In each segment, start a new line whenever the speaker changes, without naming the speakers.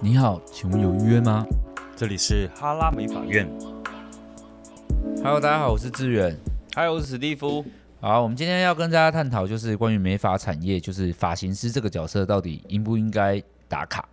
你好，请问有预约吗
这里是哈拉美法院。
？Hello，大家好，我是志远。
还有史蒂夫，
好，我们今天要跟大家探讨就是关于美发产业，就是发型师这个角色到底应不应该打卡？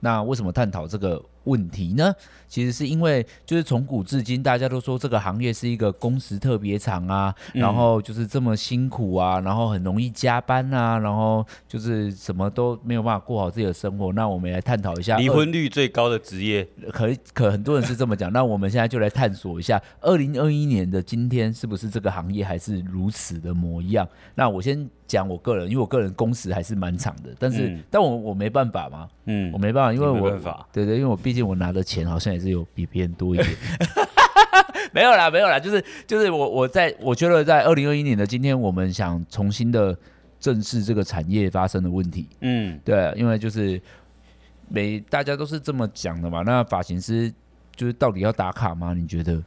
那为什么探讨这个问题呢？其实是因为就是从古至今，大家都说这个行业是一个工时特别长啊，
嗯
然后就是这么辛苦啊，然后很容易加班啊，然后就是什么都没有办法过好自己的生活。那我们也来探讨一下
离婚率最高的职业，
可可很多人是这么讲， 那我们现在就来探索一下，二零二一年的今天是不是这个行业还是如此的模样？那我先讲我个人，因为我个人工时还是蛮长的，但是、
嗯
但我我没办法嘛，
嗯
我，没办法，因为
你没
我
办法
对对，因为我毕竟我拿的钱好像也是有比别人多一 点。没有啦，没有啦，就是就是我我在我觉得在二零二一年的今天，我们想重新的正视这个产业发生的问题。
嗯，
对，因为就是每大家都是这么讲的嘛。那发型师就是到底要打卡吗？你觉得？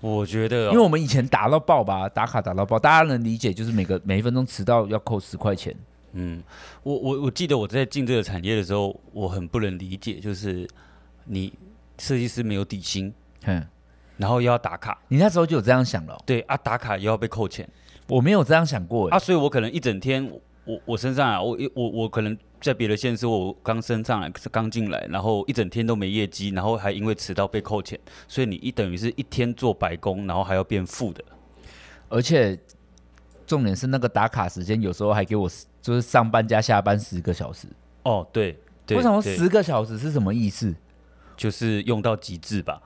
我觉得哦、
因为我们以前打到爆吧，打卡打到爆，大家能理解，就是每个每一分钟迟到要扣十块钱。
嗯，我我我记得我在进这个产业的时候，我很不能理解，就是你设计师没有底薪，
嗯，
然后又要打卡，
你那时候就有这样想了哦、
对啊，打卡又要被扣钱
我没有这样想过、欸。
啊，所以我可能一整天，我我身上啊，我我我可能在别的县市，我刚升上来，刚进来，然后一整天都没业绩，然后还因为迟到被扣钱，所以你一等于是一天做白工，然后还要变负的，
而且重点是那个打卡时间，有时候还给我十就是上班加下班十个小时。
哦，对。对
我想说
对
十个小时是什么意思？
就是用到极致吧。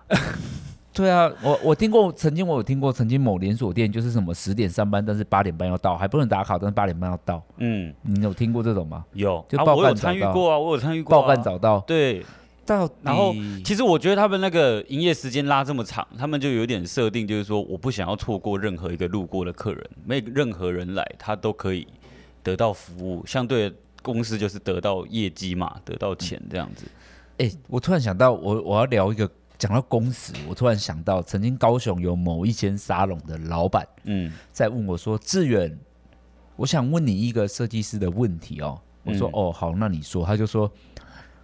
对啊，我我听过，曾经我有听过，曾经某连锁店就是什么十点上班，但是八点半要到，还不能打卡，但是八点半要到。
嗯，
你有听过这种吗？
有
就
啊，
爆
我
干
有参与
找到
过啊，我有参与过、啊。
报干找到，
对，
到底
然后其实我觉得他们那个营业时间拉这么长，他们就有点设定，就是说我不想要错过任何一个路过的客人，每任何人来他都可以得到服务，相对的公司就是得到业绩嘛，得到钱这样子。
哎、我突然想到，我我要聊一个，讲到工时，我突然想到，曾经高雄有某一间沙龙的老板
嗯
在问我说：“志远，我想问你一个设计师的问题哦。”我说：“
嗯
哦，好，那你说。”他就说：“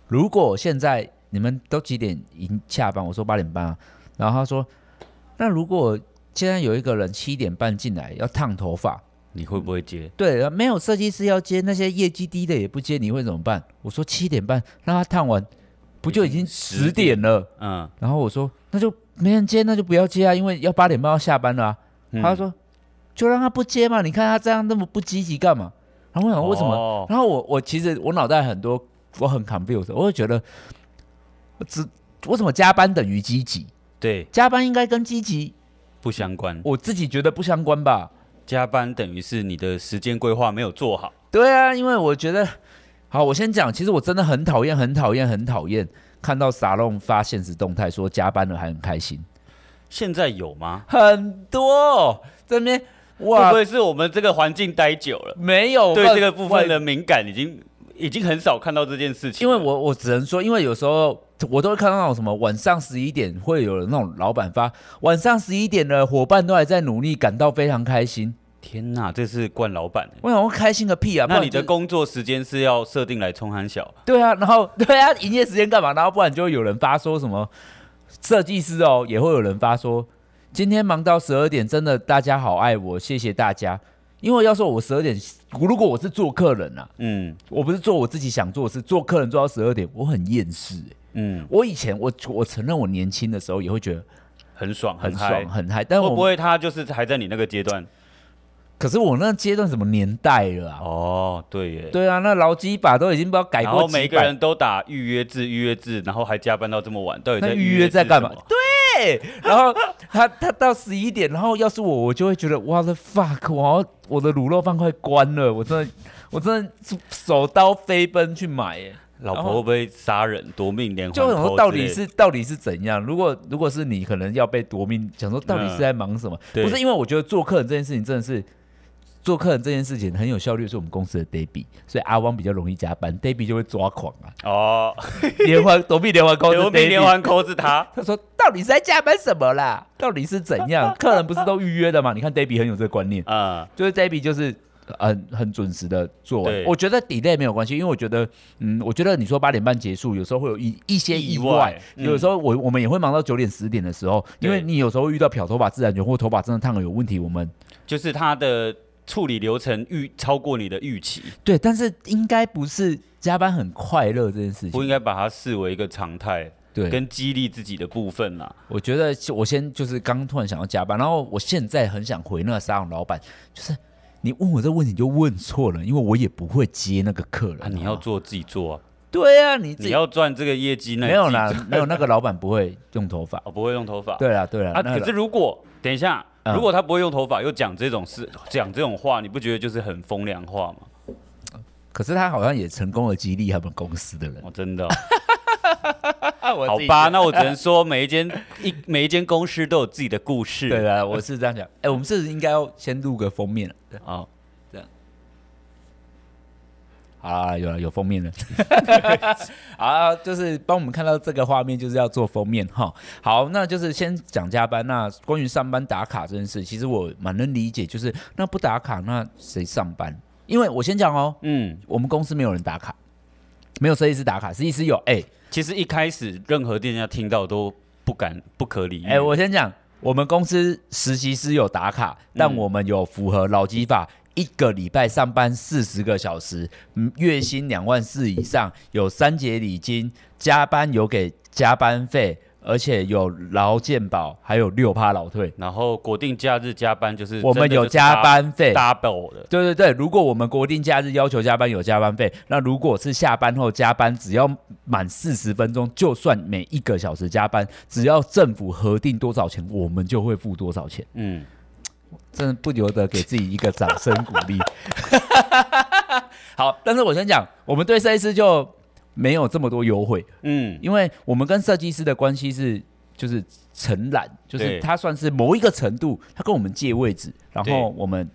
如果现在你们都几点已经下班？”我说：“八点半啊。”然后他说：“那如果现在有一个人七点半进来要烫头发，
你会不会接？
对，没有设计师要接，那些业绩低的也不接，你会怎么办？我说七点半让他烫完，不就已经十点了？
嗯，
然后我说那就没人接，那就不要接啊，因为要八点半要下班了、啊。
嗯
他说就让他不接嘛，你看他这样那么不积极干嘛？然后我想为什么？
哦
然后我我其实我脑袋很多，我很 confused，我会觉得只为什么加班等于积极？
对，
加班应该跟积极，
不相关。
我自己觉得不相关吧？
加班等于是你的时间规划没有做好。
对啊，因为我觉得，好，我先讲，其实我真的很讨厌，很讨厌，很讨厌看到沙龙发现实动态说加班了还很开心，
现在有吗？
很多哦这边
会
哇
不会是我们这个环境待久了？
没有
对
办
这个部分
我
的敏感已经已经很少看到这件事情
因
了。
为我我只能说，因为有时候我都会看到那种什么晚上十一点会有那种老板发晚上十一点了，伙伴都还在努力，感到非常开心。
天哪，这是惯老板欸。
我想说开心个屁啊！
那
不然
你的
就
工作时间是要设定来冲寒小？
对啊，然后对啊，营业时间干嘛？然后不然就会有人发说什么设计师哦，也会有人发说今天忙到十二点，真的大家好爱我，谢谢大家。因为要说我十二点，如果我是做客人啊，
嗯
我不是做我自己想做的事，做客人做到十二点，我很厌世、欸。
嗯，
我以前我我承认我年轻的时候也会觉得
很爽
很
嗨
爽。很嗨，但
会
我
不会他就是还在你那个阶段？
可是我那阶段什么年代了啊？
哦，对耶。
对啊，那劳基法都已经不知道改
然
过
后
几百
每个人都打预约制，预约制，然后还加班到这么晚，到底
那
在
预约在
制
干
什
嘛
么？
对，然后他他到十一点，然后要是我，我就会觉得哇的 fuck，我要我的卤肉饭快关了，我真的我真的是手刀飞奔去买耶，
老
然后
婆会不会杀人夺命连环
就
扣之类
想
的？
说到底是到底是怎样？如果如果是你，可能要被夺命，想说到底是在忙什么？
嗯对
不是因为我觉得做客人这件事情真的是。做客人这件事情很有效率，是我们公司的 Debbie，所以阿汪比较容易加班，Debbie 就会抓狂啊，
哦，
连环躲避连环扣，
夺命连环扣是 他。
他说：“到底是在加班什么 啦？到底是怎样？客人不是都预约的吗？你看 Debbie 很有这个观念，
啊、
就是 Debbie 就是很很准时的做完
对。
我觉得 delay 没有关系，因为我觉得，嗯，我觉得你说八点半结束，有时候会有一一些
意
意
外
外，
嗯
有时候我我们也会忙到九点十点的时候，因为
对
你有时候遇到漂头发自然卷或头发真的烫了有问题，我们
就是它的处理流程预超过你的预期，
对，但是应该不是加班很快乐这件事
不
情。
应该把它视为一个常态，
对，
跟激励自己的部分啦。
我觉得我先就是刚突然想要加班，然后我现在很想回那个沙龙老板，就是你问我这问题就问错了，因为我也不会接那个客人。
啊，你要做自己做啊，
对啊，你哦自
你
己
要赚这个业绩，那你
没有
自己
啦
赚，
没有那个老板不会用头 发。
哦，不会用头发。
对啦，对啦，
啊，
那
可
个
是如果等一
嗯
下，如果他不会用头发，又讲这种事，讲这种话，你不觉得就是很风凉话吗？
可是他好像也成功的激励他们公司的人。
哦，真的哦、好
好
吧，，啊那我只能说每一间一 每一间公司都有自己的故事。
对啦，我是这样讲。哎，我们是不是应该要先录个封面了？啊对
哦，
好啦，有了，有封面了。好啦，就是帮我们看到这个画面，就是要做封面哈。好，那就是先讲加班。那关于上班打卡这件事，其实我蛮能理解，就是那不打卡，那谁上班？因为我先讲哦，
嗯，
我们公司没有人打卡，没有设计师打卡，设计师有。哎、
其实一开始任何店家听到都不敢不可理喻。
哎、我先讲，我们公司实习师有打卡，但
嗯
我们有符合劳基法，一个礼拜上班四十个小时，嗯月薪两万四以上，有三节礼金，加班有给加班费，而且有劳健保，还有六趴劳退。
然后国定假日加班就是
我们有加班费，
double 的，
对对对，如果我们国定假日要求加班有加班费，那如果是下班后加班，只要满四十分钟，就算每一个小时加班，只要政府核定多少钱，我们就会付多少钱。
嗯，
真的不由得给自己一个掌声鼓励。 好，但是我先讲，我们对设计师就没有这么多优惠，
嗯，
因为我们跟设计师的关系是就是承揽，就是
对
他算是某一个程度，他跟我们借位置，然
对
后我们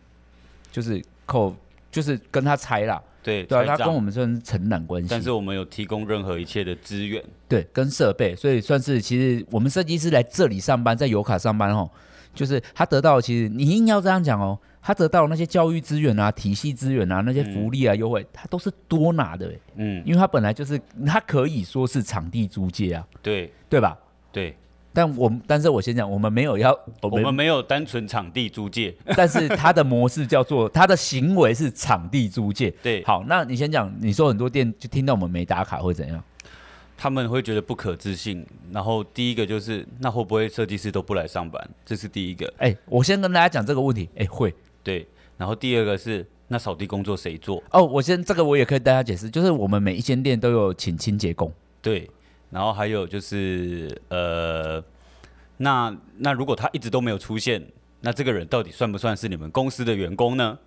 就是扣，就是跟他拆啦，
对，
对啊，
拆
他
账
跟我们算是承揽关系，
但是我们有提供任何一切的资源，
对跟设备，所以算是其实我们设计师来这里上班，在油卡上班哦，就是他得到的其实你硬要这样讲哦，他得到的那些教育资源啊、体系资源啊、那些福利啊、优惠，他都是多拿的欸，
嗯，
因为他本来就是他可以说是场地租借啊，
对
对吧？
对，
但我们，但是我先讲，我们没有要，我
我
们，
们没有单纯场地租借，
但是他的模式叫 做他的行为是场地租借。
对，
好，那你先讲，你说很多店就听到我们没打卡会怎样？
他们会觉得不可置信。然后第一个就是，那会不会设计师都不来上班？这是第一个，
哎、我先跟大家讲这个问题。哎、会
对。然后第二个是，那扫地工作谁做？
哦，我先这个我也可以大家解释，就是我们每一间店都有请清洁工。
对。然后还有就是，呃，那那如果他一直都没有出现，那这个人到底算不算是你们公司的员工呢？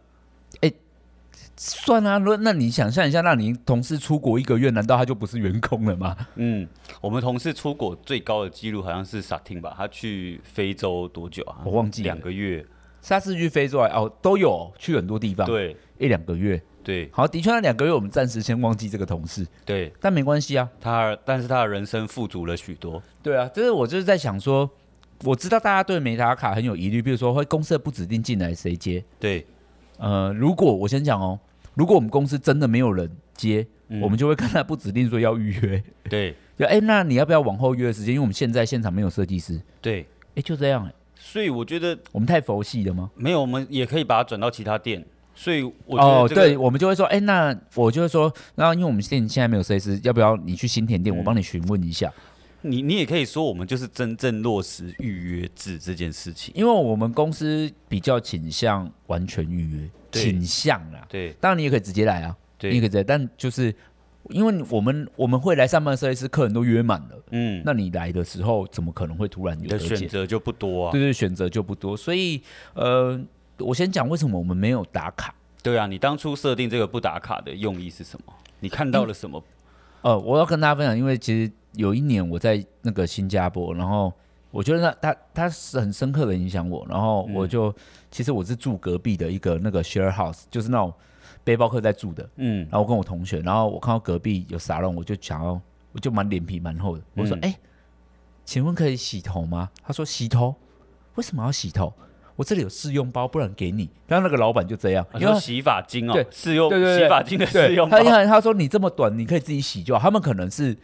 算啊，如果那你想象一下，那你同事出国一个月，难道他就不是员工了 吗？
嗯，我们同事出国最高的记录好像是萨汀吧，他去非洲多久啊？
我忘记了
两个月。
下次去非洲啊，哦，都有去很多地方，，
对
一两个月。
对
好，的确那两个月我们暂时先忘记这个同事，
对，
但没关系啊。
他但是他的人生富足了许多。
对啊，就是我就是在想说，我知道大家对美打卡很有疑虑，比如说会公社不指定进来谁接。
对，
呃，如果我先讲哦，如果我们公司真的没有人接，
嗯
我们就会跟他不指定说要预约。
对
就哎、那你要不要往后约时间？因为我们现在现场没有设计师。
对，
哎、就这样、哎，
所以我觉得
我们太佛系了吗？
没有，我们也可以把它转到其他店。所以我
哦
觉得、，这个
对，我们就会说，哎、那我就会说，那因为我们店现在没有设计师，要不要你去新田
嗯
店，我帮你询问一下？
你你也可以说，我们就是真正落实预约制这件事情。
因为我们公司比较倾向完全预约，
对
倾向啦。
对
当然你也可以直接来啊，你也可
对，
以直接，但就是因为我们我们会来上班的设计师客人都约满了，
嗯，
那你来的时候怎么可能会突然有
你
得
的
解？
选择就不多啊
对。对，选择就不多，所以呃，我先讲为什么我们没有打卡。
对啊，你当初设定这个不打卡的用意是什么？你看到了什么？
呃，我要跟大家分享，因为其实有一年我在那个新加坡，然后我觉得那他他是很深刻的影响我，然后
嗯
我就、其实我是住隔壁的一个那个 share house，就是那种背包客在住的，
嗯
然后我跟我同学，然后我看到隔壁有沙龙，我就想要，我就蛮脸皮蛮厚的，我说
嗯
哎、请问可以洗头吗？他说洗头，为什么要洗头？我这里有试用包，不然给你。然后那个老板就这样，因
因为
为
洗发精哦
对，
试用
对对对
洗发精的试
对
用包
他 一，看他说你这么短，你可以自己洗就好。他们可能是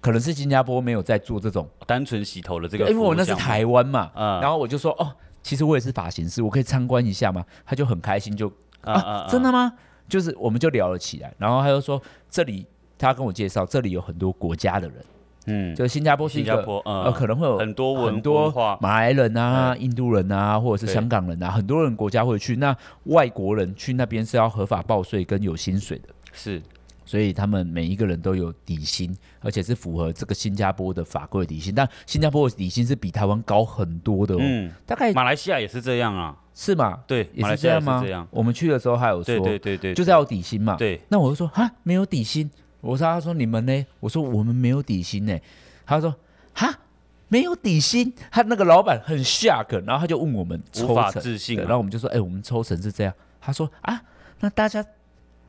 可能是新加坡没有在做这种，
单纯洗头的这
因
个服务
为
项目，
我那是台湾嘛，
嗯
然后我就说哦，其实我也是发型师，我可以参观一下吗？他就很开心就
啊
啊，真的吗？就是我们就聊了起来，然后他就说这里他跟我介绍这里有很多国家的人，
嗯，
就是新加坡是一
新
个
加坡
呃
呃
可能会有
很多文
很多
文化
马来人啊、印度人啊，或者是
对
香港人啊，很多人国家会去。那外国人去那边是要合法报税跟有薪水的，
是
所以他们每一个人都有底薪，而且是符合这个新加坡的法规的底薪。但新加坡的底薪是比台湾高很多的哦，
嗯，
大概
马来西亚也是这样啊，
是嘛？
对，
也
马
是
来西
这
亚也
样
是
吗？
这样，
我们去的时候还有说，
对对对对，
就是要有底薪嘛。
对
那我就说哈，没有底薪。我说，他说你们呢？我说我们没有底薪呢。他说哈，没有底薪。他那个老板很 shock，然后他就问我们抽
无法
成，
置信
对
啊
然后我们就说，哎、我们抽成是这样。他说啊，那大家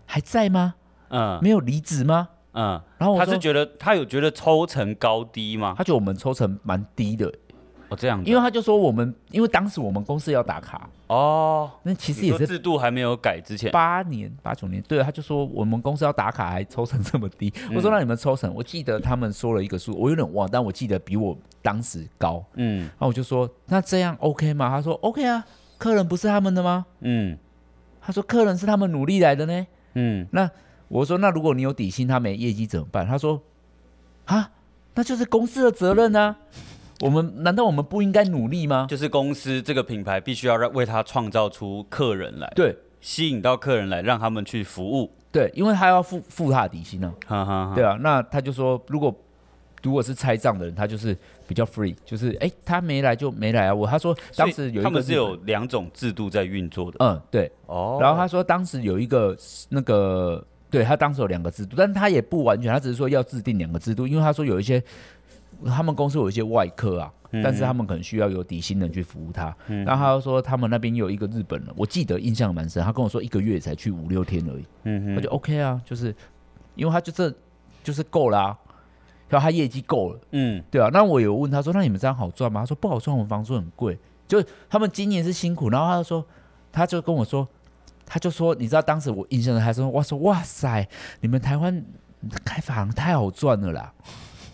还在吗？
嗯
没有离职吗？
嗯，
然后我
他
说
是觉得他有觉得抽成高低吗？
他觉得我们抽成蛮低的，
哦，这样子，
因为他就说我们，因为当时我们公司要打卡，
哦，
那其
其
实也是
制度还没有改之前，
八年八九年，对，他就说我们公司要打卡还抽成这么低，我说那你们抽成，我记得他们说了一个数，我有点忘，但我记得比我当时高，
嗯
然后我就说那这样 OK 吗？他说 OK 啊，客人不是他们的吗？
嗯
他说客人是他们努力来的呢，
嗯，
那我说，那如果你有底薪，他没业绩怎么办？他说，啊，那就是公司的责任啊。我们难道我们不应该努力吗？
就是公司这个品牌必须要让为他创造出客人来，
对
吸引到客人来，让他们去服务，
对，因为他要付付他的底薪啊，
哈哈哈，
对啊。那他就说，如果如果是拆账的人，他就是比较 free，就是哎、他没来就没来啊。我他说
所
当
以
时有一个
他们是
日本
有两种制度在运作的，
嗯对，
哦
然后他说当时有一个那个，对他当时有两个制度，但他也不完全，他只是说要制定两个制度，因为他说有一些他们公司有一些外客啊，
嗯
但是他们可能需要有底薪人去服务他。然后他又说他们那边有一个日本人，我记得印象蛮深，他跟我说一个月才去五六天而已，
嗯哼
他就 OK 啊，就是因为他就这就是够啦、然后他业绩够了。
嗯
对啊，那我有问他说，那你们这样好赚吗？他说不好赚，我们房租很贵。就他们今年是辛苦，然后他就说，他就跟我说，他就说，你知道当时我印象中还说，我说哇塞，你们台湾开发行太好赚了啦，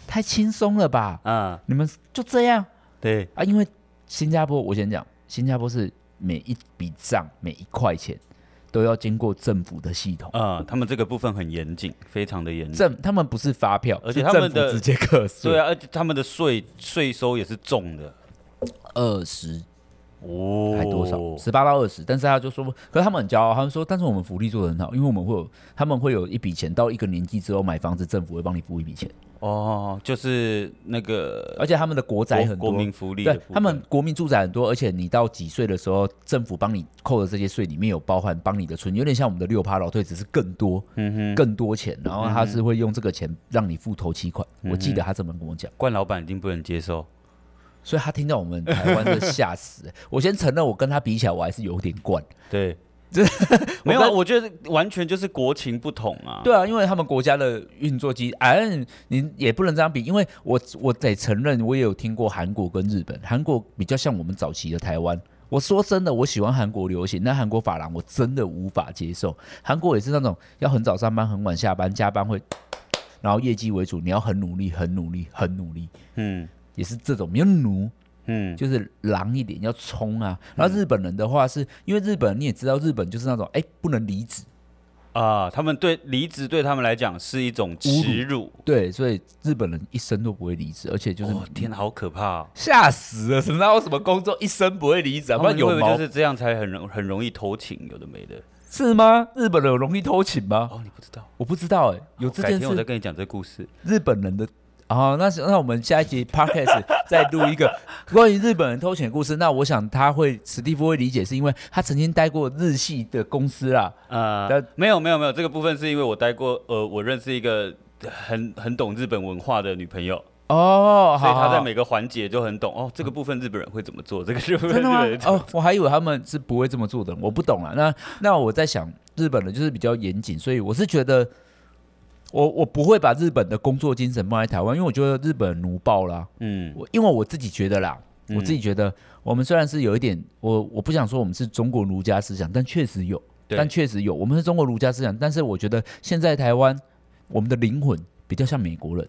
太轻松了吧？
啊，
你们就这样
对，
啊？因为新加坡，我先讲，新加坡是每一笔账每一块钱都要经过政府的系统，
啊，他们这个部分很严谨，非常的严谨。
政他们不是发票，
而且
是
他们
政府
的
直接课
对
税，
啊，而且他们的税税收也是重的
二十
哦
还多少？十八到二十，但是他就说，可是他们很骄傲，他们说，但是我们福利做得很好，因为我们会有，他们会有一笔钱，到一个年纪之后买房子，政府会帮你付一笔钱，
哦，就是那个
而且他们的国呃宅
国
很
呃国
多，
民福利的
对
部分，
他们国民住宅很多，而且你到几岁的时候，政府帮你扣的这些税里面有包含帮你的存，有点像我们的六趴老退，只是更多，
嗯
更多钱，然后他是会用这个钱让你付头期款，
嗯
我记得他这么跟我讲。
冠老板一定不能接受。
所以他听到我们台湾的吓死、我先承认，我跟他比起来，我还是有点惯。
对， 这没有啊，我觉得完全就是国情不同啊。
对啊，因为他们国家的运作机，哎，你也不能这样比，因为我我得承认，我也有听过韩国跟日本，韩国比较像我们早期的台湾。我说真的，我喜欢韩国流行，但韩国发廊我真的无法接受。韩国也是那种要很早上班、很晚下班，加班会，然后业绩为主，你要很努力、很努力、很努力，
嗯
也是这种，没有奴，
嗯，
就是狼一点，要冲啊。然后日本人的话是，因为日本你也知道，日本就是那种哎不能离职，
啊，他们对离职对他们来讲是一种耻辱。
对，所以日本人一生都不会离职，而且就是
哦，天哪，好可怕哦！
吓死了！什么？哪有什么工作一生不会离职啊？不然有
他们会不
毛
会就是这样才很容很容易偷情，有的没的。
是吗？日本人有容易偷情吗？
哦，你不知道，
我不知道哎、有这
改
件
天我再
事。
跟你讲这故事。
日本人的啊，那是那我们下一集 podcast 再录一个关于日本人偷情的故事。那我想他会史蒂夫会理解，是因为他曾经待过日系的公司啦。
呃
但，
没有没有没有，这个部分是因为我待过，呃，我认识一个很很懂日本文化的女朋友，
哦，
所以她在
美
每个环节就很懂哦，这个部分日本人会怎么做，这个日本
真
日
的吗
本人？怎么
哦，我还以为他们是不会这么做的，我不懂啊。那那我在想，日本人就是比较严谨，所以我是觉得我我不会把日本的工作精神放在台湾，因为我觉得日本奴爆啦、
嗯
我因为我自己觉得啦，我自己觉得，我们虽然是有一点，我我不想说我们是中国儒家思想，但确实有，
对
但确实有，我们是中国儒家思想，但是我觉得现在台湾，我们的灵魂比较像美国人，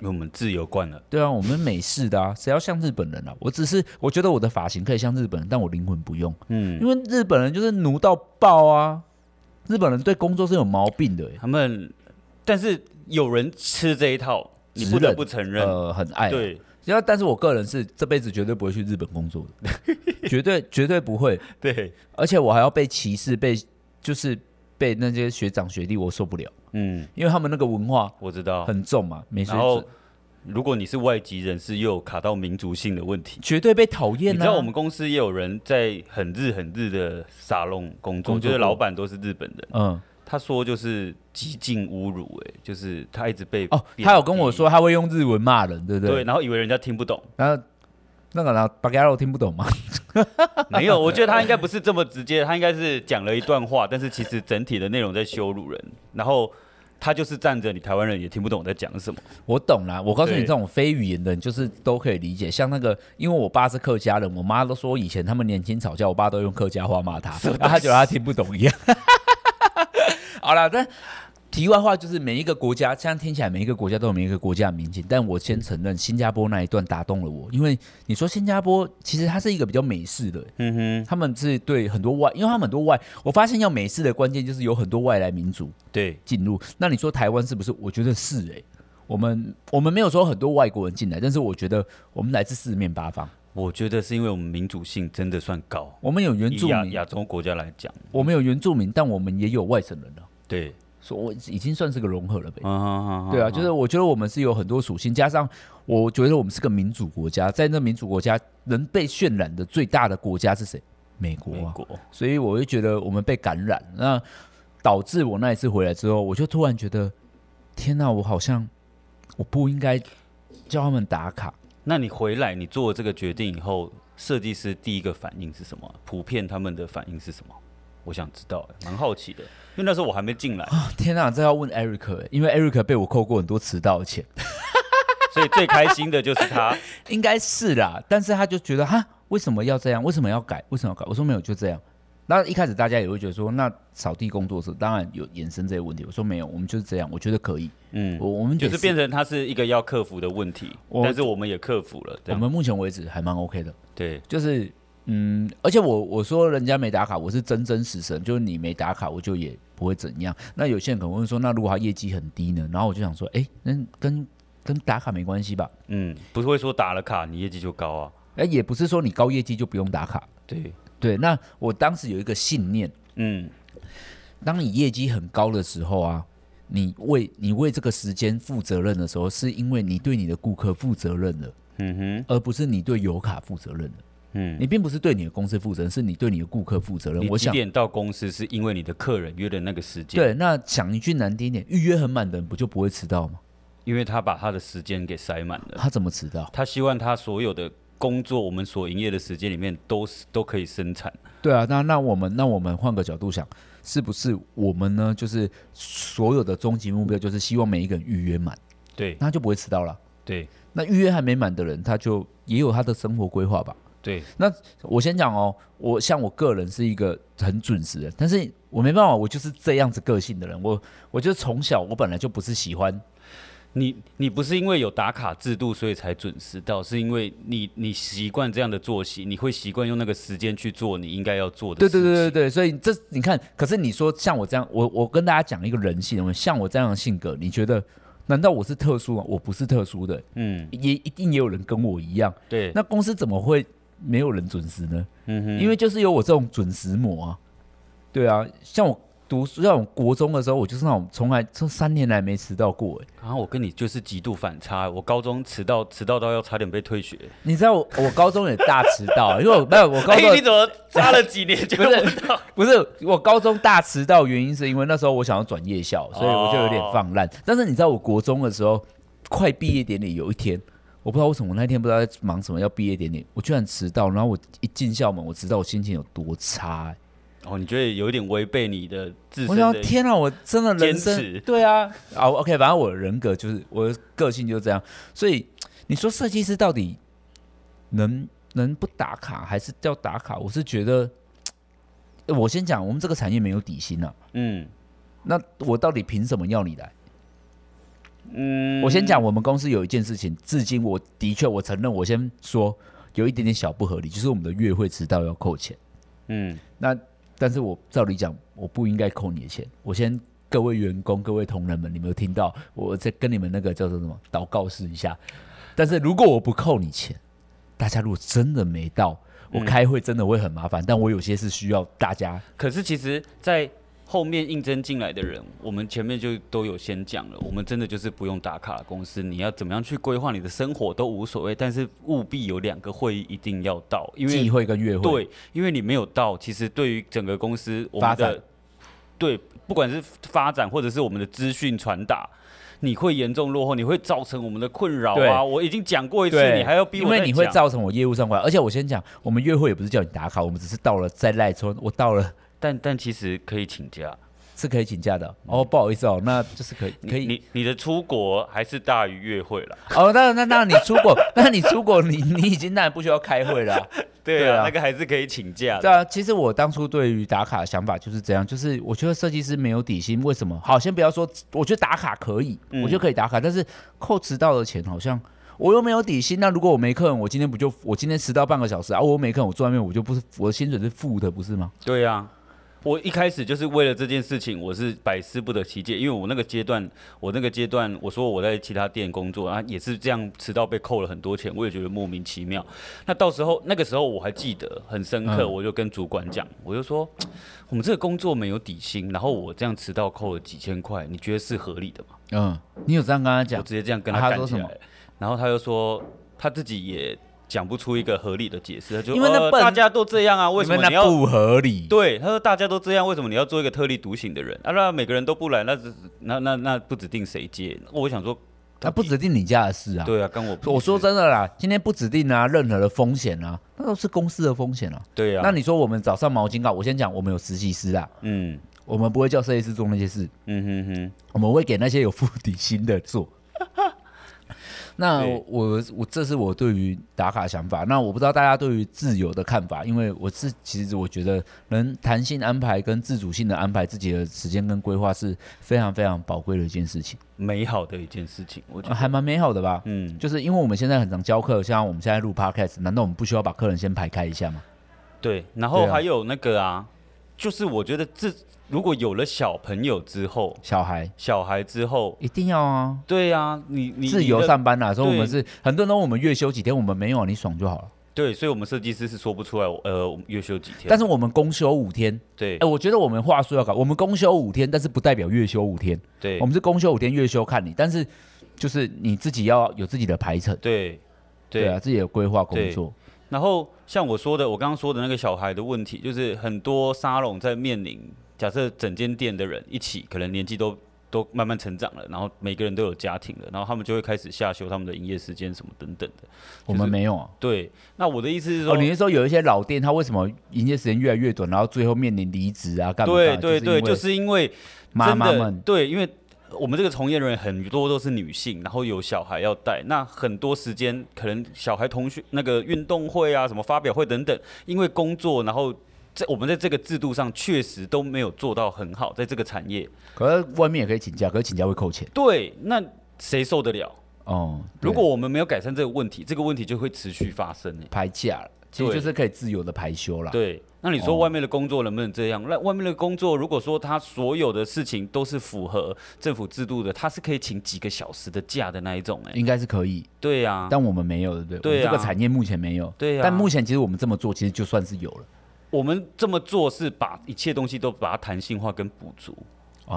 因为我们自由惯了，
对啊，我们美式的啊，谁要像日本人啊？我只是我觉得我的发型可以像日本人，但我灵魂不用，
嗯，
因为日本人就是奴到爆啊，日本人对工作是有毛病的、欸，
他们，但是有人吃这一套，你不
直
得
人
不承认，
呃，很爱啊、
对，
然后，但是我个人是这辈子绝对不会去日本工作 的，绝对绝对不会，
对，
而且我还要被歧视，被就是被那些学长学弟，我受不了，
嗯，
因为他们那个文化
我知道。
很重嘛，没水
然后
准，，
如果你是外籍人士，又有卡到民族性的问题。
绝对被讨
你
厌、啊。
知道我们公司也有人在很日很日的沙龙工作，
工作
就
过
是老板都是日本人。
嗯
他说就是极尽侮辱、哎，就是他一直被
哦，
贬
他有跟
低
我说他会用日文骂人，对不对？
嗯对，然后以为人家听不懂，
然后那个然后 b a g a r o 听不懂吗？
没有，我觉得他应该不是这么直接，他应该是讲了一段话，但是其实整体的内容在羞辱人，然后他就是站着，你台湾人也听不懂我在讲什么。
我懂啦，我告诉你，这
对
种非语言的人就是都可以理解。像那个，因为我爸是客家人，我妈都说以前他们年轻吵架，我爸都用客家话骂他，然后他觉得他听不懂一样。 好啦，但题外话就是每一个国家，这样听起来每一个国家都有每一个国家的民情，但我先承认新加坡那一段打动了我，因为你说新加坡其实它是一个比较美式的、
嗯
他们是对很多外，因为他们很多外，我发现要美式的关键就是有很多外来民族，
哼，对，
进入。那你说台湾是不是？我觉得是诶、我们我们没有说很多外国人进来，但是我觉得我们来自四面八方，
我觉得是因为我们民主性真的算高，
我们有原
以
住
亚
民，
亚洲国家来讲，
我们有原住民，但我们也有外省人了，啊
对，
所以我已经算是个融合了呗。
嗯哼哼哼
对啊，就是我觉得我们是有很多属性，加上我觉得我们是个民主国家，在那民主国家能被渲染的最大的国家是谁？美国
美
啊。
国，
所以我就觉得我们被感染，那导致我那一次回来之后，我就突然觉得，天哪，我好像我不应该叫他们打卡。
那你回来你做这个决定以后，设计师第一个反应是什么？普遍他们的反应是什么？我想知道、欸蛮好奇的，因为那时候我还没进来，
天哪，这要问 Eric，、欸、因为 Eric 被我扣过很多迟到的钱，
所以最开心的就是 他。
应该是啦。但是他就觉得哈，为什么要这样？为什么要改？为什么要改？我说没有，就这样。那一开始大家也会觉得说，那扫地工作室当然有衍生这些问题。我说没有，我们就是这样，我觉得可以。
嗯
我我们
就
得
是变成它是一个要克服的问题，
我
但是我们也克服了。
我
这样
们目前为止还蛮 OK 的。
对，
就是嗯，而且我我说人家没打卡，我是真真实实，就是你没打卡，我就也不会怎样。那有些人可能会说，那如果他业绩很低呢？然后我就想说，哎、那跟跟打卡没关系吧？
嗯，不是会说打了卡你业绩就高啊？
哎，也不是说你高业绩就不用打卡。
对，
对，那我当时有一个信念，
嗯，
当你业绩很高的时候啊，你为你为这个时间负责任的时候，是因为你对你的顾客负责任了，
嗯哼，
而不是你对油卡负责任了。
嗯。
你并不是对你的公司负责任，是你对你的顾客负责任。
你
我
几
想
点到公司是因为你的客人约的那个时间？，
对，那讲一句难听一点，预约很满的人不就不会迟到吗？
因为他把他的时间给塞满了。
他怎么迟到？
他希望他所有的工作，我们所营业的时间里面都是都可以生产。
对啊，那那我们那我们换个角度想，是不是我们呢？就是所有的终极目标就是希望每一个人预约满，
对
那他就不会迟到了。
对
那预约还没满的人，他就也有他的生活规划吧。
对，
那我先讲哦，我像我个人是一个很准时的人，但是我没办法，我就是这样子个性的人。我我就从小我本来就不是喜欢
你你不是因为有打卡制度所以才准时到，是因为你你习惯这样的作息，你会习惯用那个时间去做你应该要做的
对
事
对
情。
对对对，所以这你看，可是你说像我这样，我我跟大家讲一个人性的问题，像我这样的性格，你觉得难道我是特殊吗？我不是特殊的，
嗯，
也一定也有人跟我一样。
对。
那公司怎么会没有人准时呢？
嗯哼，
因为就是有我这种准时魔啊。对啊，像我读书，像我国中的时候，我就是那种从来这三年来没迟到过、欸。
然后啊我跟你就是极度反差，我高中迟到迟到到要差点被退学。
你知道我 我高中也大迟到，因为我没有我高中、
哎你怎么差了几年 就
不是
不到？
不是我高中大迟到，原因是因为那时候我想要转夜校，
哦
所以我就有点放烂。但是你知道，我国中的时候，快毕业典礼有一天，我不知道为什么我那天不知道在忙什么，要毕业典礼，我居然迟到。然后我一进校门，我知道我心情有多差、欸
哦，你觉得有一点违背你的自
我
身
想，
的？
天啊，我真的人
坚持
生对啊，啊，OK，反正我的人格就是我的个性就是这样。所以你说设计师到底能能不打卡还是要打卡？我是觉得，呃我先讲，我们这个产业没有底薪啊，
嗯
那我到底凭什么要你来？
嗯
我先讲，我们公司有一件事情，至今我的确我承认，我先说有一点点小不合理，就是我们的月会迟到要扣钱。
嗯
那但是我照理讲，我不应该扣你的钱。我先各位员工、各位同仁们，你们有听到我在跟你们那个叫做什么祷告示一下？但是如果我不扣你钱，大家如果真的没到，我
嗯
开会真的会很麻烦。但我有些是需要大家
可是其实，在后面应征进来的人，我们前面就都有先讲了，我们真的就是不用打卡的公司，你要怎么样去规划你的生活都无所谓，但是务必有两个会议一定要到，因
忌
为
讳跟约会。
对，因为你没有到，其实对于整个公司我
发
们
展
的对，不管是发展或者是我们的资讯传达。你会严重落后，你会造成我们的困扰
对
啊！我已经讲过一次，你还要逼我
因为
再
你会
讲
造成我业务上困扰。而且我先讲，我们约会也不是叫你打卡，我们只是到了在赖村，我到了
但但其实可以请假，
是可以请假的。哦，不好意思哦，那就是可以
嗯你
可以
你你的出国还是大于约会了。
哦，那那那你出国， 那你出国，你你已经当然不需要开会 了啊、
对
对啊
啊，那个还是可以请假
对
的。
啊，其实我当初对于打卡的想法就是这样，就是我觉得设计师没有底薪，为什么？好，先不要说，我觉得打卡可以，
嗯
我觉得可以打卡，但是扣迟到的钱好像。我又没有底薪，那如果我没客人，我今天不就我今天迟到半个小时啊？我又没客人，我坐外面我就不是我的薪水是负的，不是吗？
对啊，我一开始就是为了这件事情，我是百思不得其解，因为我那个阶段，我那个阶段，我说我在其他店工作啊，也是这样迟到被扣了很多钱，我也觉得莫名其妙。那到时候那个时候我还记得很深刻，
嗯
我就跟主管讲，我就说我们这个工作没有底薪，然后我这样迟到扣了几千块，你觉得是合理的吗？
嗯，你有这样跟他
我
讲？
直接这样跟
啊他
他干
说
起
什
来
么，
然后他又说他自己也讲不出一个合理的解释，他就
因为那
呃
本
大家都这样啊，为什
因
么你
那
要？
不合理？
对，他说大家都这样，为什么你要做一个特立独行的人？啊，那每个人都不来，那只那那那不指定谁接？我想说，
那不指定你家的事啊。
对啊，跟我
我说
这，
真的啦，今天不指定啊，任何的风险啊，那都是公司的风险啊。
对啊，
那你说我们早上毛巾稿，我先讲，我们有实习师啊，
嗯
我们不会叫设计师做那些事，
嗯哼哼，
我们会给那些有付底薪的做。 那
对
我我这是我对于打卡想法。那我不知道大家对于自由的看法，因为我是其实我觉得能弹性安排跟自主性的安排自己的时间跟规划是非常非常宝贵的一件事情，
美好的一件事情，我觉
呃
得，
还蛮美好的吧。
嗯，
就是因为我们现在很常教课，像我们现在录 podcast，难道我们不需要把客人先排开一下吗？
对。
对
然后
啊
还有那个啊，就是我觉得这如果有了小朋友之后，
小孩
小孩之后，
一定要啊，
对啊，你你
自
你
由
的
上班啦，所以我们
对
是很多人都问我们月休几天，我们没有啊，你爽就好了。
对，所以我们设计师是说不出来，呃，我们月休几天。
但
是
是我们公休五天，
对
哎、我觉得我们话术要搞，我们公休五天，但是不代表月休五天，
对
我们是公休五天，月休看你，但是就是你自己要有自己的排程，
对
对啊，自己的规划工作，
然后像我说的，我刚刚说的那个小孩的问题，就是很多沙龙在面临，假设整间店的人一起，可能年纪都都慢慢成长了，然后每个人都有家庭了，然后他们就会开始下修他们的营业时间什么等等的。
我们没有啊。
对，那我的意思是说，
哦，你是说有一些老店，它为什么营业时间越来越短，然后最后面临离职啊？干嘛
对
干嘛？
对
因
对，
为
就是因为
妈妈
真的
们，
对，因为我们这个从业人员很多都是女性，然后有小孩要带，那很多时间可能小孩同学那个运动会啊、什么发表会等等，因为工作，然后在我们在这个制度上确实都没有做到很好，在这个产业，
可是外面也可以请假，可是请假会扣钱
对，那谁受得了？
哦。对
如果我们没有改善这个问题，这个问题就会持续发生、欸
排假了，其实
对
就是可以自由的排休啦。
对，那你
哦
说外面的工作能不能这样？那、外面的工作，如果说他所有的事情都是符合政府制度的，他是可以请几个小时的假的那一种、哎，
应该是可以，
对呀、啊，
但我们没有，对不对？
对啊
我们这个产业目前没有。
对呀、啊。
但目前其实我们这么做，其实就算是有了
我们这么做是把一切东西都把它弹性化跟补 足。啊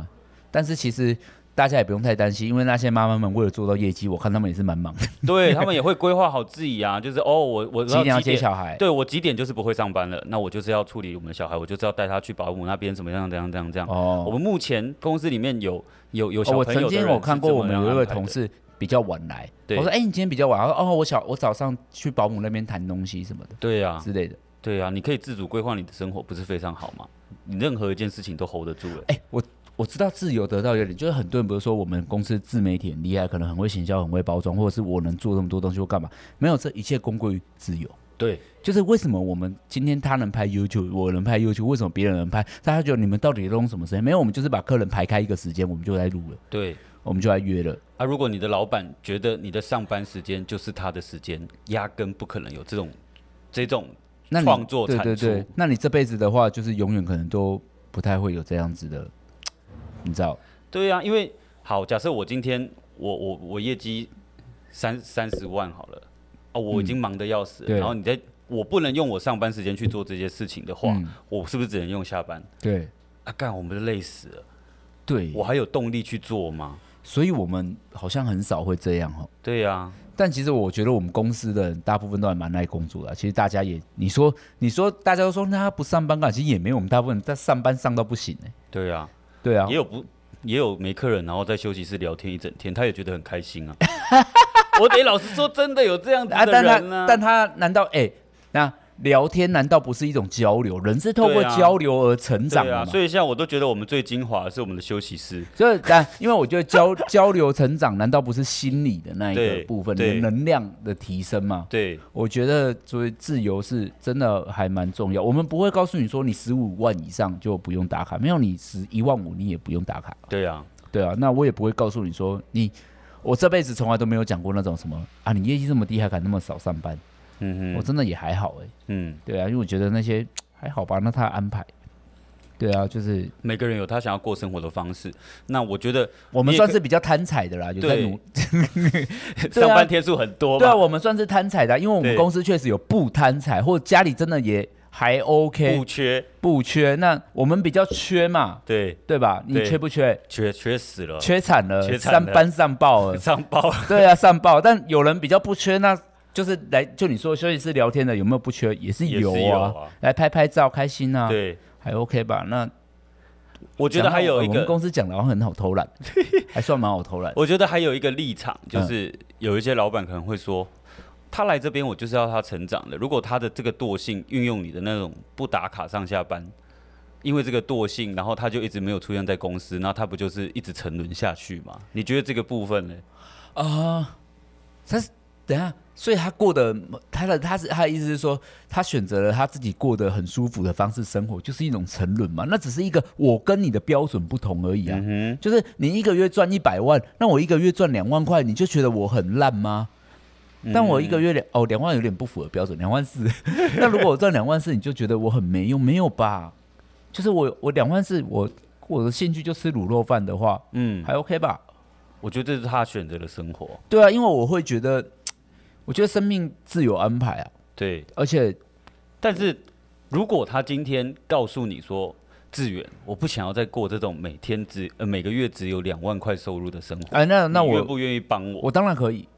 哦。但是其实大家也不用太担心，因为那些妈妈们为了做到业绩，我看他们也是蛮忙的，
对他们也会规划好自己啊，就是哦，我我知
几
道
点要
几
接
点。
小孩。
对我几点就是不会上班了，那我就是要处理我们的小孩，我就是要带他去保姆那边，怎么样怎样怎样怎样。我
哦，
们目前公司里面有有有
哦
小
我
朋友
曾
的
经
人是
我看过
这
我
么
们
样
有一位
安排
同
的，
事比较晚来，我
对
说：“哎、你今天比较晚。”他说：“哦，我小我早上去保姆那边谈东西什么的
对啊，
之类的。
对啊，你可以自主规划你的生活，不是非常好吗？你任何一件事情都 hold 得住了。
哎、我我知道自由得到有点，就是很多人不是说我们公司自媒体很厉害，可能很会行销，很会包装，或者是我能做那么多东西，我干嘛？没有，这一切公归于自由。
对，
就是为什么我们今天他能拍 YouTube，我能拍 YouTube，为什么别人能拍？大家觉得你们到底都用什么时间？没有，我们就是把客人排开一个时间，我们就来录了，
对。
我们就来约了。
啊，如果你的老板觉得你的上班时间就是他的时间，压根不可能有这种这种
那你
创作
对
产
对
出
对，那你这辈子的话，就是永远可能都不太会有这样子的，你知道？
对啊呀、因为好，假设我今天我我我业绩三三十万好了，哦，我已经忙得要死了
对
然后你在我不能用我上班时间去做这些事情的话，
嗯
我是不是只能用下班？
对
啊，干，我们都累死了，
对，
我还有动力去做吗？
所以我们好像很少会这样哦。
对啊呀、
但其实我觉得我们公司的人大部分都还蛮爱工作的啊、其实大家也，你说你说大家都说那他不上班干嘛，其实也没有，我们大部分人在上班上到不行哎、
对呀、
对啊
也，有不也有没客人，然后在休息室聊天一整天，他也觉得很开 心啊。我得老实说，真的有这样子
啊，
的
但
人
他
啊。
但他难道哎、那聊天难道不是一种交流？人是透过
对啊
交流而成长
对
的嘛？
啊，所以现在我都觉得我们最精华的是我们的休息室。
就是，但因为我觉得交 交流成长，难道不是心理的那一个
对
部分，你
对
的能量的提升吗？
对，
我觉得作为自由是真的还蛮重要。我们不会告诉你说你十五万以上就不用打卡，没有你十一万五你也不用打卡，
对啊，
对啊。那我也不会告诉你说你，我这辈子从来都没有讲过那种什么啊，你业绩这么低还敢那么少上班，
嗯
我
哼，
真的也还好哎、
嗯，
对啊，因为我觉得那些还好吧，那他安排，对啊，就是
每个人有他想要过生活的方式。那我觉得
我们
你也
算
可
是比较贪财的啦，有在
对
努对啊
上班天数很多
对啊，
嘛，
我们算是贪财的啊、因为我们
对
公司确实有不贪财，或者家里真的也还 OK，
不缺，
不缺。那我们比较缺嘛，
对，
对吧？你
对
缺不缺？
缺缺死了，
缺惨了，
缺惨
上
了。
班上报 了
上报。
对啊，上报。但有人比较不缺，那就是来就你说休息室聊天的有没有不缺？也是
也
有
是
啊，
有啊
来拍拍照开心啊，
对，
还 OK 吧？那
我
我
觉得还有一
我们
个，
公司讲的好像很好偷 懒，还算蛮好偷懒。
我觉得还有一个立场，
嗯
就是有一些老板可能会说。他来这边，我就是要他成长的。如果他的这个惰性运用你的那种不打卡上下班，因为这个惰性，然后他就一直没有出现在公司，那他不就是一直沉沦下去吗？你觉得这个部分呢？
啊、他是等一下，所以他过得他的他是他的意思是说，他选择了他自己过得很舒服的方式生活，就是一种沉沦嘛。那只是一个我跟你的标准不同而已啊。
嗯
就是你一个月赚一百万，那我一个月赚两万块，你就觉得我很烂吗？
哼
但我一个月两哦两万有点不符合标准，两万四。 那如果我赚两万四，你就觉得我很没用？没有吧？就是我我两万四，我我的兴趣就吃卤肉饭的话，
嗯，
还 OK 吧？
我觉得这是他选择的生活。
对啊，因为我会觉得，我觉得生命自有安排啊，
对，
而且
但是如果他今天告诉你说，志远，我不想要再过这种每天只呃每个月只有两万块收入的生活，
哎，那那
你愿
我
不愿意帮我？
我当然可以，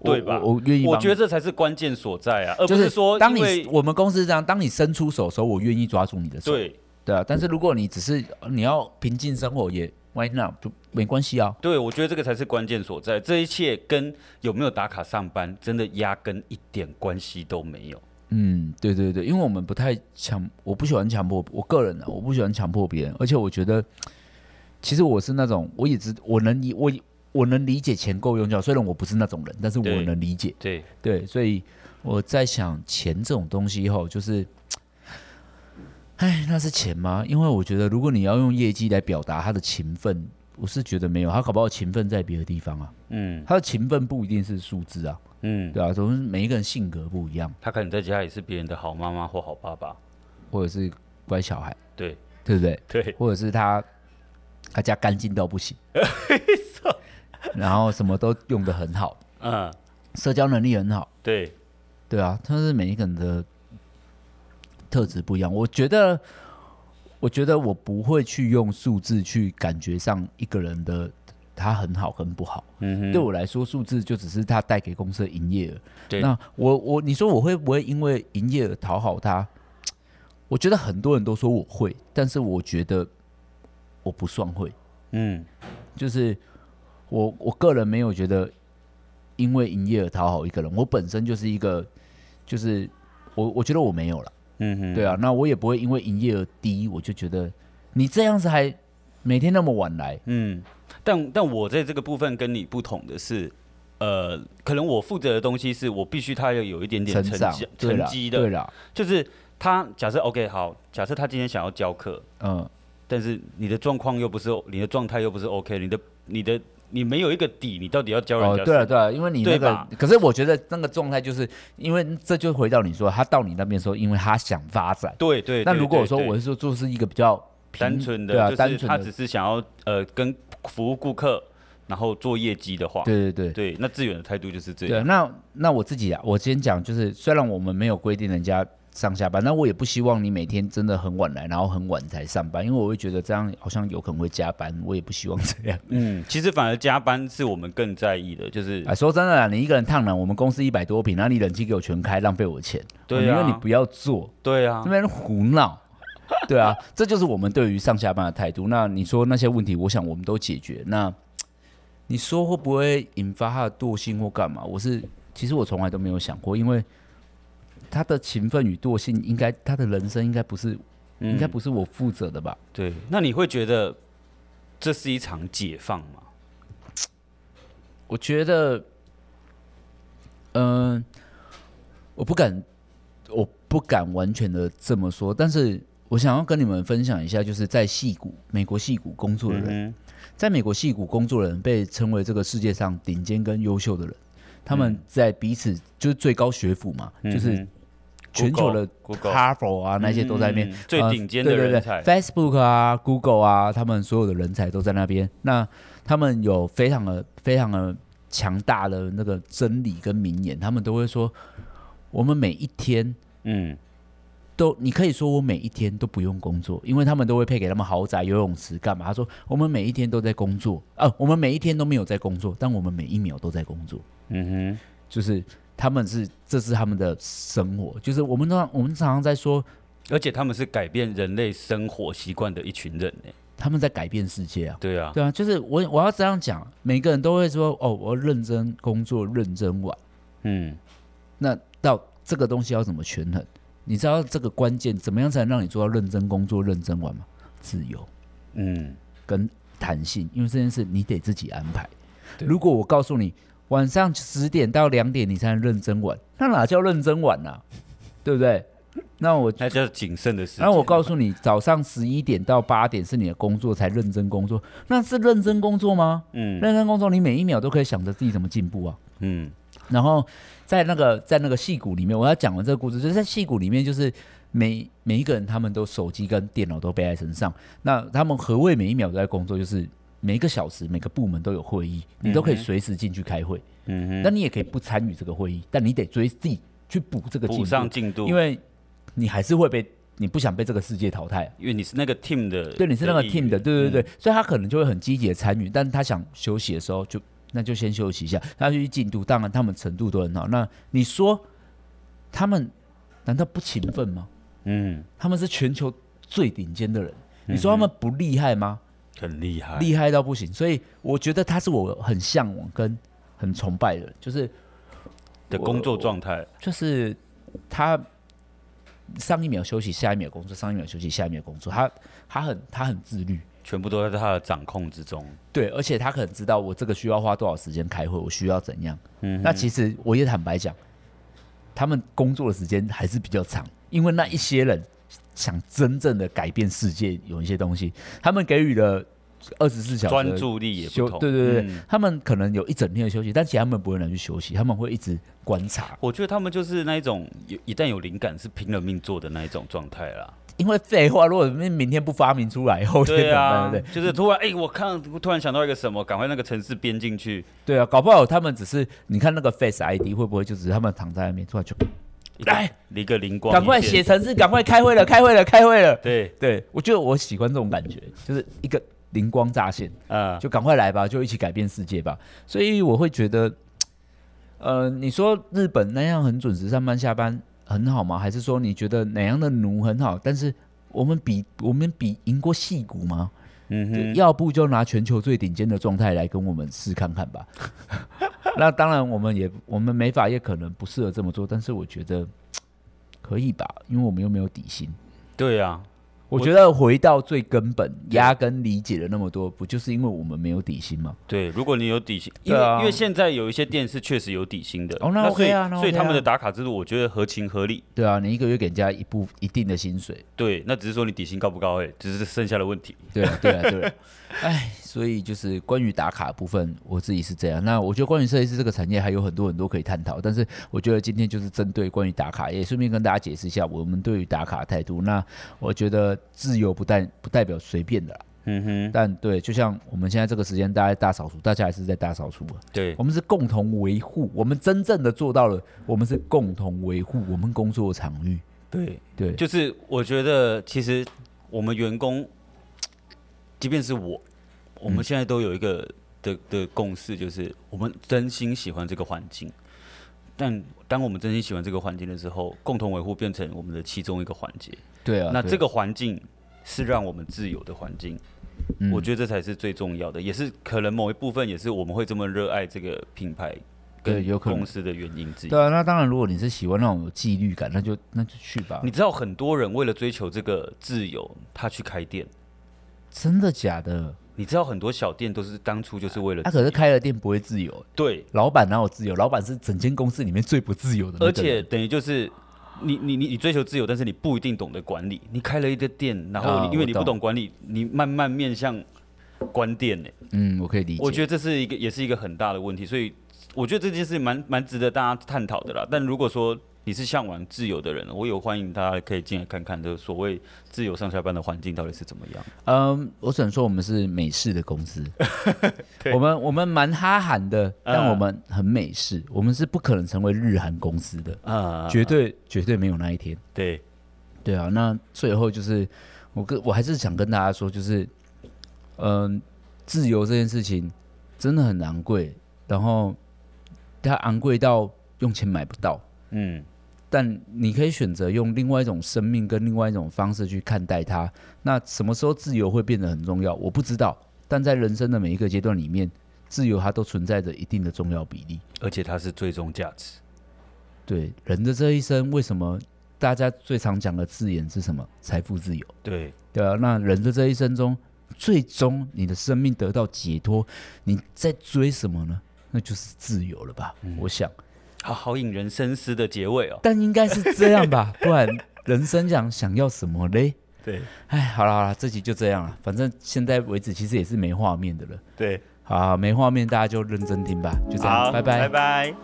我
对吧
我我愿意帮你，
我觉得这才是关键所在啊，而不
就是
说
当
因
你
为
我们公司是这样，当你伸出手的时候，我愿意抓住你的手，
对
对啊。但是如果你只是呃你要平静生活也 why not 就没关系啊。
对，我觉得这个才是关键所在，这一切跟有没有打卡上班真的压根一点关系都没有。
嗯，对对对，因为我们不太强，我不喜欢强迫，我个人啊，我不喜欢强迫别人，而且我觉得，其实我是那种，我也知我能理我我能理解钱够用就好，虽然我不是那种人，但是我
对
能理解。
对，
对，所以我在想，钱这种东西后，就是，哎，那是钱吗？因为我觉得，如果你要用业绩来表达他的勤奋，我是觉得没有，他搞不好勤奋在别的地方啊，
嗯
他的勤奋不一定是数字啊，
嗯，
对啊，总之每一个人性格不一样，
他可能在家也是别人的好妈妈或好爸爸。
或者是乖小孩，
对
对不对？
对，
或者是他他家干净到不行，然后什么都用的很好，
嗯，
社交能力很好，
对，
对啊，他是每一个人的特质不一样。我觉得，我觉得我不会去用数字去感觉上一个人的他很好跟不好。
嗯哼，
对我来说，数字就只是他带给公司的营业额。
对
那我我你说我会不会因为营业额讨好他？我觉得很多人都说我会，但是我觉得我不算会。
嗯
就是我我个人没有觉得因为营业额讨好一个人，我本身就是一个就是我我觉得我没有了，啊
嗯哼，
对啊，那我也不会因为营业额低我就觉得你这样子还每天那么晚来，
嗯，但但我在这个部分跟你不同的是，呃，可能我负责的东西是我必须他要有一点点
成
成
长
绩，
对
成
啦
绩
对
的，
啦，
就是他假设 OK 好，假设他今天想要教课，
嗯，
但是你的状况又不是，你的状态又不是 OK，你的你的你没有一个底，你到底要教人
哦
家、，
对了，对了，因为你那
对
个
吧，
可是我觉得那个状态就是，因为这就回到你说，他到你那边的时候，因为他想发展。
对对。
那
对
如果我
对
说
对
我是说就是一个比较平
单纯的，
对啊，
就
单
是
纯
他
的
只，是想要呃跟服务顾客，然后做业绩的话，
对对对
对，那志远的态度就是这
对，啊
样，
那那我自己啊，我先讲，就是虽然我们没有规定人家上下班，但我也不希望你每天真的很晚来，然后很晚才上班，因为我会觉得这样好像有可能会加班，我也不希望这样。
嗯，其实反而加班是我们更在意的，就是
啊，说真的啦，你一个人烫染，我们公司一百多平，然后你冷气给我全开，浪费我钱，
对
我宁
啊
愿你不要做，
对啊
那，边胡闹。对啊，这就是我们对于上下班的态度。那你说那些问题，我想我们都解决。那你说会不会引发他的惰性或干嘛？我是其实我从来都没有想过，因为他的勤奋与惰性，应该他的人生应该不是、应该
嗯
不是我负责的吧？
对。那你会觉得这是一场解放吗？
我觉得，嗯、我不敢，我不敢完全的这么说，但是我想要跟你们分享一下，就是在戏谷美国戏谷工作的人。
嗯
在美国戏谷工作的人被称为这个世界上顶尖跟优秀的人，他们在彼此就是最高学府嘛，
哼，
就是
嗯哼
全球的
Google，Google
哈佛啊那些都在那边
嗯嗯嗯最
呃
顶尖的人
对对
才
对，Facebook 啊、Google 啊，他们所有的人才都在那边。那他们有非常的、非常的强大的那个真理跟名言，他们都会说，我们每一天
嗯
都，你可以说我每一天都不用工作，因为他们都会配给他们豪宅、游泳池干嘛？他说我们每一天都在工作，呃，我们每一天都没有在工作，但我们每一秒都在工作，
嗯
就是他们是这是他们的生活，就是我们常我们常常在说
哼，而且他们是改变人类生活习惯的一群人呢，
他们在改变世界啊，
对啊，
对啊，就是我我要这样讲，每个人都会说哦，我要认真工作，认真玩，
嗯
那到这个东西要怎么权衡？你知道这个关键怎么样才能让你做到认真工作、认真玩吗？自由。
嗯，
跟弹性，因为这件事你得自己安排。
对
如果我告诉你晚上十点到两点你才能认真玩，那哪叫认真玩 啊？对不对？那我
那叫谨慎的事。
那我告诉你，早上十一点到八点是你的工作才认真工作，那是认真工作吗？
嗯
认真工作，你每一秒都可以想着自己怎么进步啊。
嗯
然后在那个在那个戏骨里面，我要讲的这个故事，就是在戏骨里面，就是每每一个人他们都手机跟电脑都背在身上，那他们何谓每一秒都在工作？就是每一个小时每个部门都有会议，你都可以
嗯哼
随时进去开会，
嗯哼，
那、你也可以不参与这个会议，但你得追自己去补这个进
补
度，
上进度，
因为你还是会被你不想被这个世界淘汰啊、
因为你是那个 team 的，
对，你是那个 team 的，
一员
对对对，所以他可能就会很积极的参与，但他想休息的时候就那就先休息一下，他就去进度，当然他们程度都很好。那你说他们难道不勤奋吗？
嗯，
他们是全球最顶尖的人，你说他们不厉害吗？
很厉害，
厉害到不行，所以我觉得他是我很向往跟很崇拜的人，就是
的工作状态，
就是他上一秒休息，下一秒工作，上一秒休息，下一秒工作，他他很他很自律。
全部都在他的掌控之中。
对，而且他可能知道我这个需要花多少时间开会，我需要怎样。
嗯
那其实我也坦白讲，他们工作的时间还是比较长，因为那一些人想真正的改变世界，有一些东西，他们给予了二十四小时的
专注力也不
休，
同。
对对对，
嗯
他们可能有一整天的休息，但其实他们不会拿去休息，他们会一直观察，
我觉得他们就是那一种有一旦有灵感是拼了命做的那一种状态啦。
因为废话，如果明明天不发明出来，后天怎
对
么办？
啊
对不对？，
就是突然哎、我看突然想到一个什么，赶快那个城市编进去，
对啊，搞不好他们只是你看那个 Face ID 会不会就只是他们躺在那边突然就
一个
来
一个灵光，
哎赶快
一片
写。程式，赶快开会了，开会了，开会了。
对，
对，我觉得我喜欢这种感觉，就是一个灵光乍现，
啊、
就赶快来吧，就一起改变世界吧。所以我会觉得，呃，你说日本那样很准时上班下班很好吗？还是说你觉得哪样的奴很好？但是我们比我们比赢过戏骨吗？
嗯
对
哼，
要不就拿全球最顶尖的状态来跟我们试看看吧。 那当然，我们也我们美法也可能不适合这么做，但是我觉得可以吧，因为我们又没有底薪。
对啊，
我觉得回到最根本，压根理解了那么多，不就是因为我们没有底薪吗？
对，如果你有底薪，因为、
对啊
因为现在有一些店是确实有底薪的，
哦那
所以、
OK 啊那
所以
OK
他们的
啊
打卡制度，我觉得合情合理。
对啊，你一个月给人家一部一定的薪水，
对，那只是说你底薪高不高而已，只是剩下的问题。
对啊，对啊，对啊。 哎，所以就是关于打卡的部分，我自己是这样。那我觉得关于设计师这个产业还有很多很多可以探讨，但是我觉得今天就是针对关于打卡，也顺便跟大家解释一下我们对于打卡的态度。那我觉得自由不代不代表随便的啦，
嗯哼，
但对，就像我们现在这个时间，大家在大扫除，大家还是在大扫除啊。
对
我们是共同维护，我们真正的做到了，我们是共同维护我们工作场域。
对，
对，
就是我觉得其实我们员工，即便是我，我
嗯
们现在都有一个的的共识，就是我们真心喜欢这个环境。但当我们真心喜欢这个环境的时候，共同维护变成我们的其中一个环节。
对啊。
那
对
这个环境是让我们自由的环境，
嗯
我觉得这才是最重要的，也是可能某一部分也是我们会这么热爱这个品牌跟
对有可能
公司的原因之一
对。啊，那当然，如果你是喜欢那种有纪律感，那就那就去吧。
你知道很多人为了追求这个自由，他去开店。
真的假的？
你知道很多小店都是当初就是为了
他、啊可是开了店不会自由，
对，
老板哪有自由？老板是整间公司里面最不自由的那
而
个人
且等于就是你你你你追求自由，但是你不一定懂得管理。你开了一个店，然后
啊
你、因为
我
你不
懂
懂管理，你慢慢面向关店呢、
嗯，我可以理解。
我觉得这是一个，也是一个很大的问题，所以我觉得这件事蛮蛮值得大家探讨的啦。但如果说你是向往自由的人，我有欢迎大家可以进来看看，这所谓自由上下班的环境到底是怎么样。
嗯，我只能说我们是美式的公 司，我们我们蛮哈韩
嗯
的，但我们很美式，我们是不可能成为日韩公司的，
啊，
绝对绝对没有那一天。
对，
对啊，那最后就是我跟我还是想跟大家说，就是嗯、自由这件事情真的很昂贵，然后嗯它昂贵到用钱买不到，
嗯，
但你可以选择用另外一种生命跟另外一种方式去看待它。那什么时候自由会变得很重要，我不知道，但在人生的每一个阶段里面，自由它都存在着一定的重要比例。
而且它是最终价值。
对人的这一生，为什么大家最常讲的字眼是什么？财富自由。
对，
对啊，那人的这一生中，最终你的生命得到解脱，你在追什么呢？那就是自由了吧？我想，
好好引人深思的结尾哦。
但应该是这样吧，不然人生想想要什么嘞？
对
哎，好了好了，这集就这样了，反正现在为止其实也是没画面的了。
对，
好，没画面大家就认真听吧，就这样，
好，拜拜。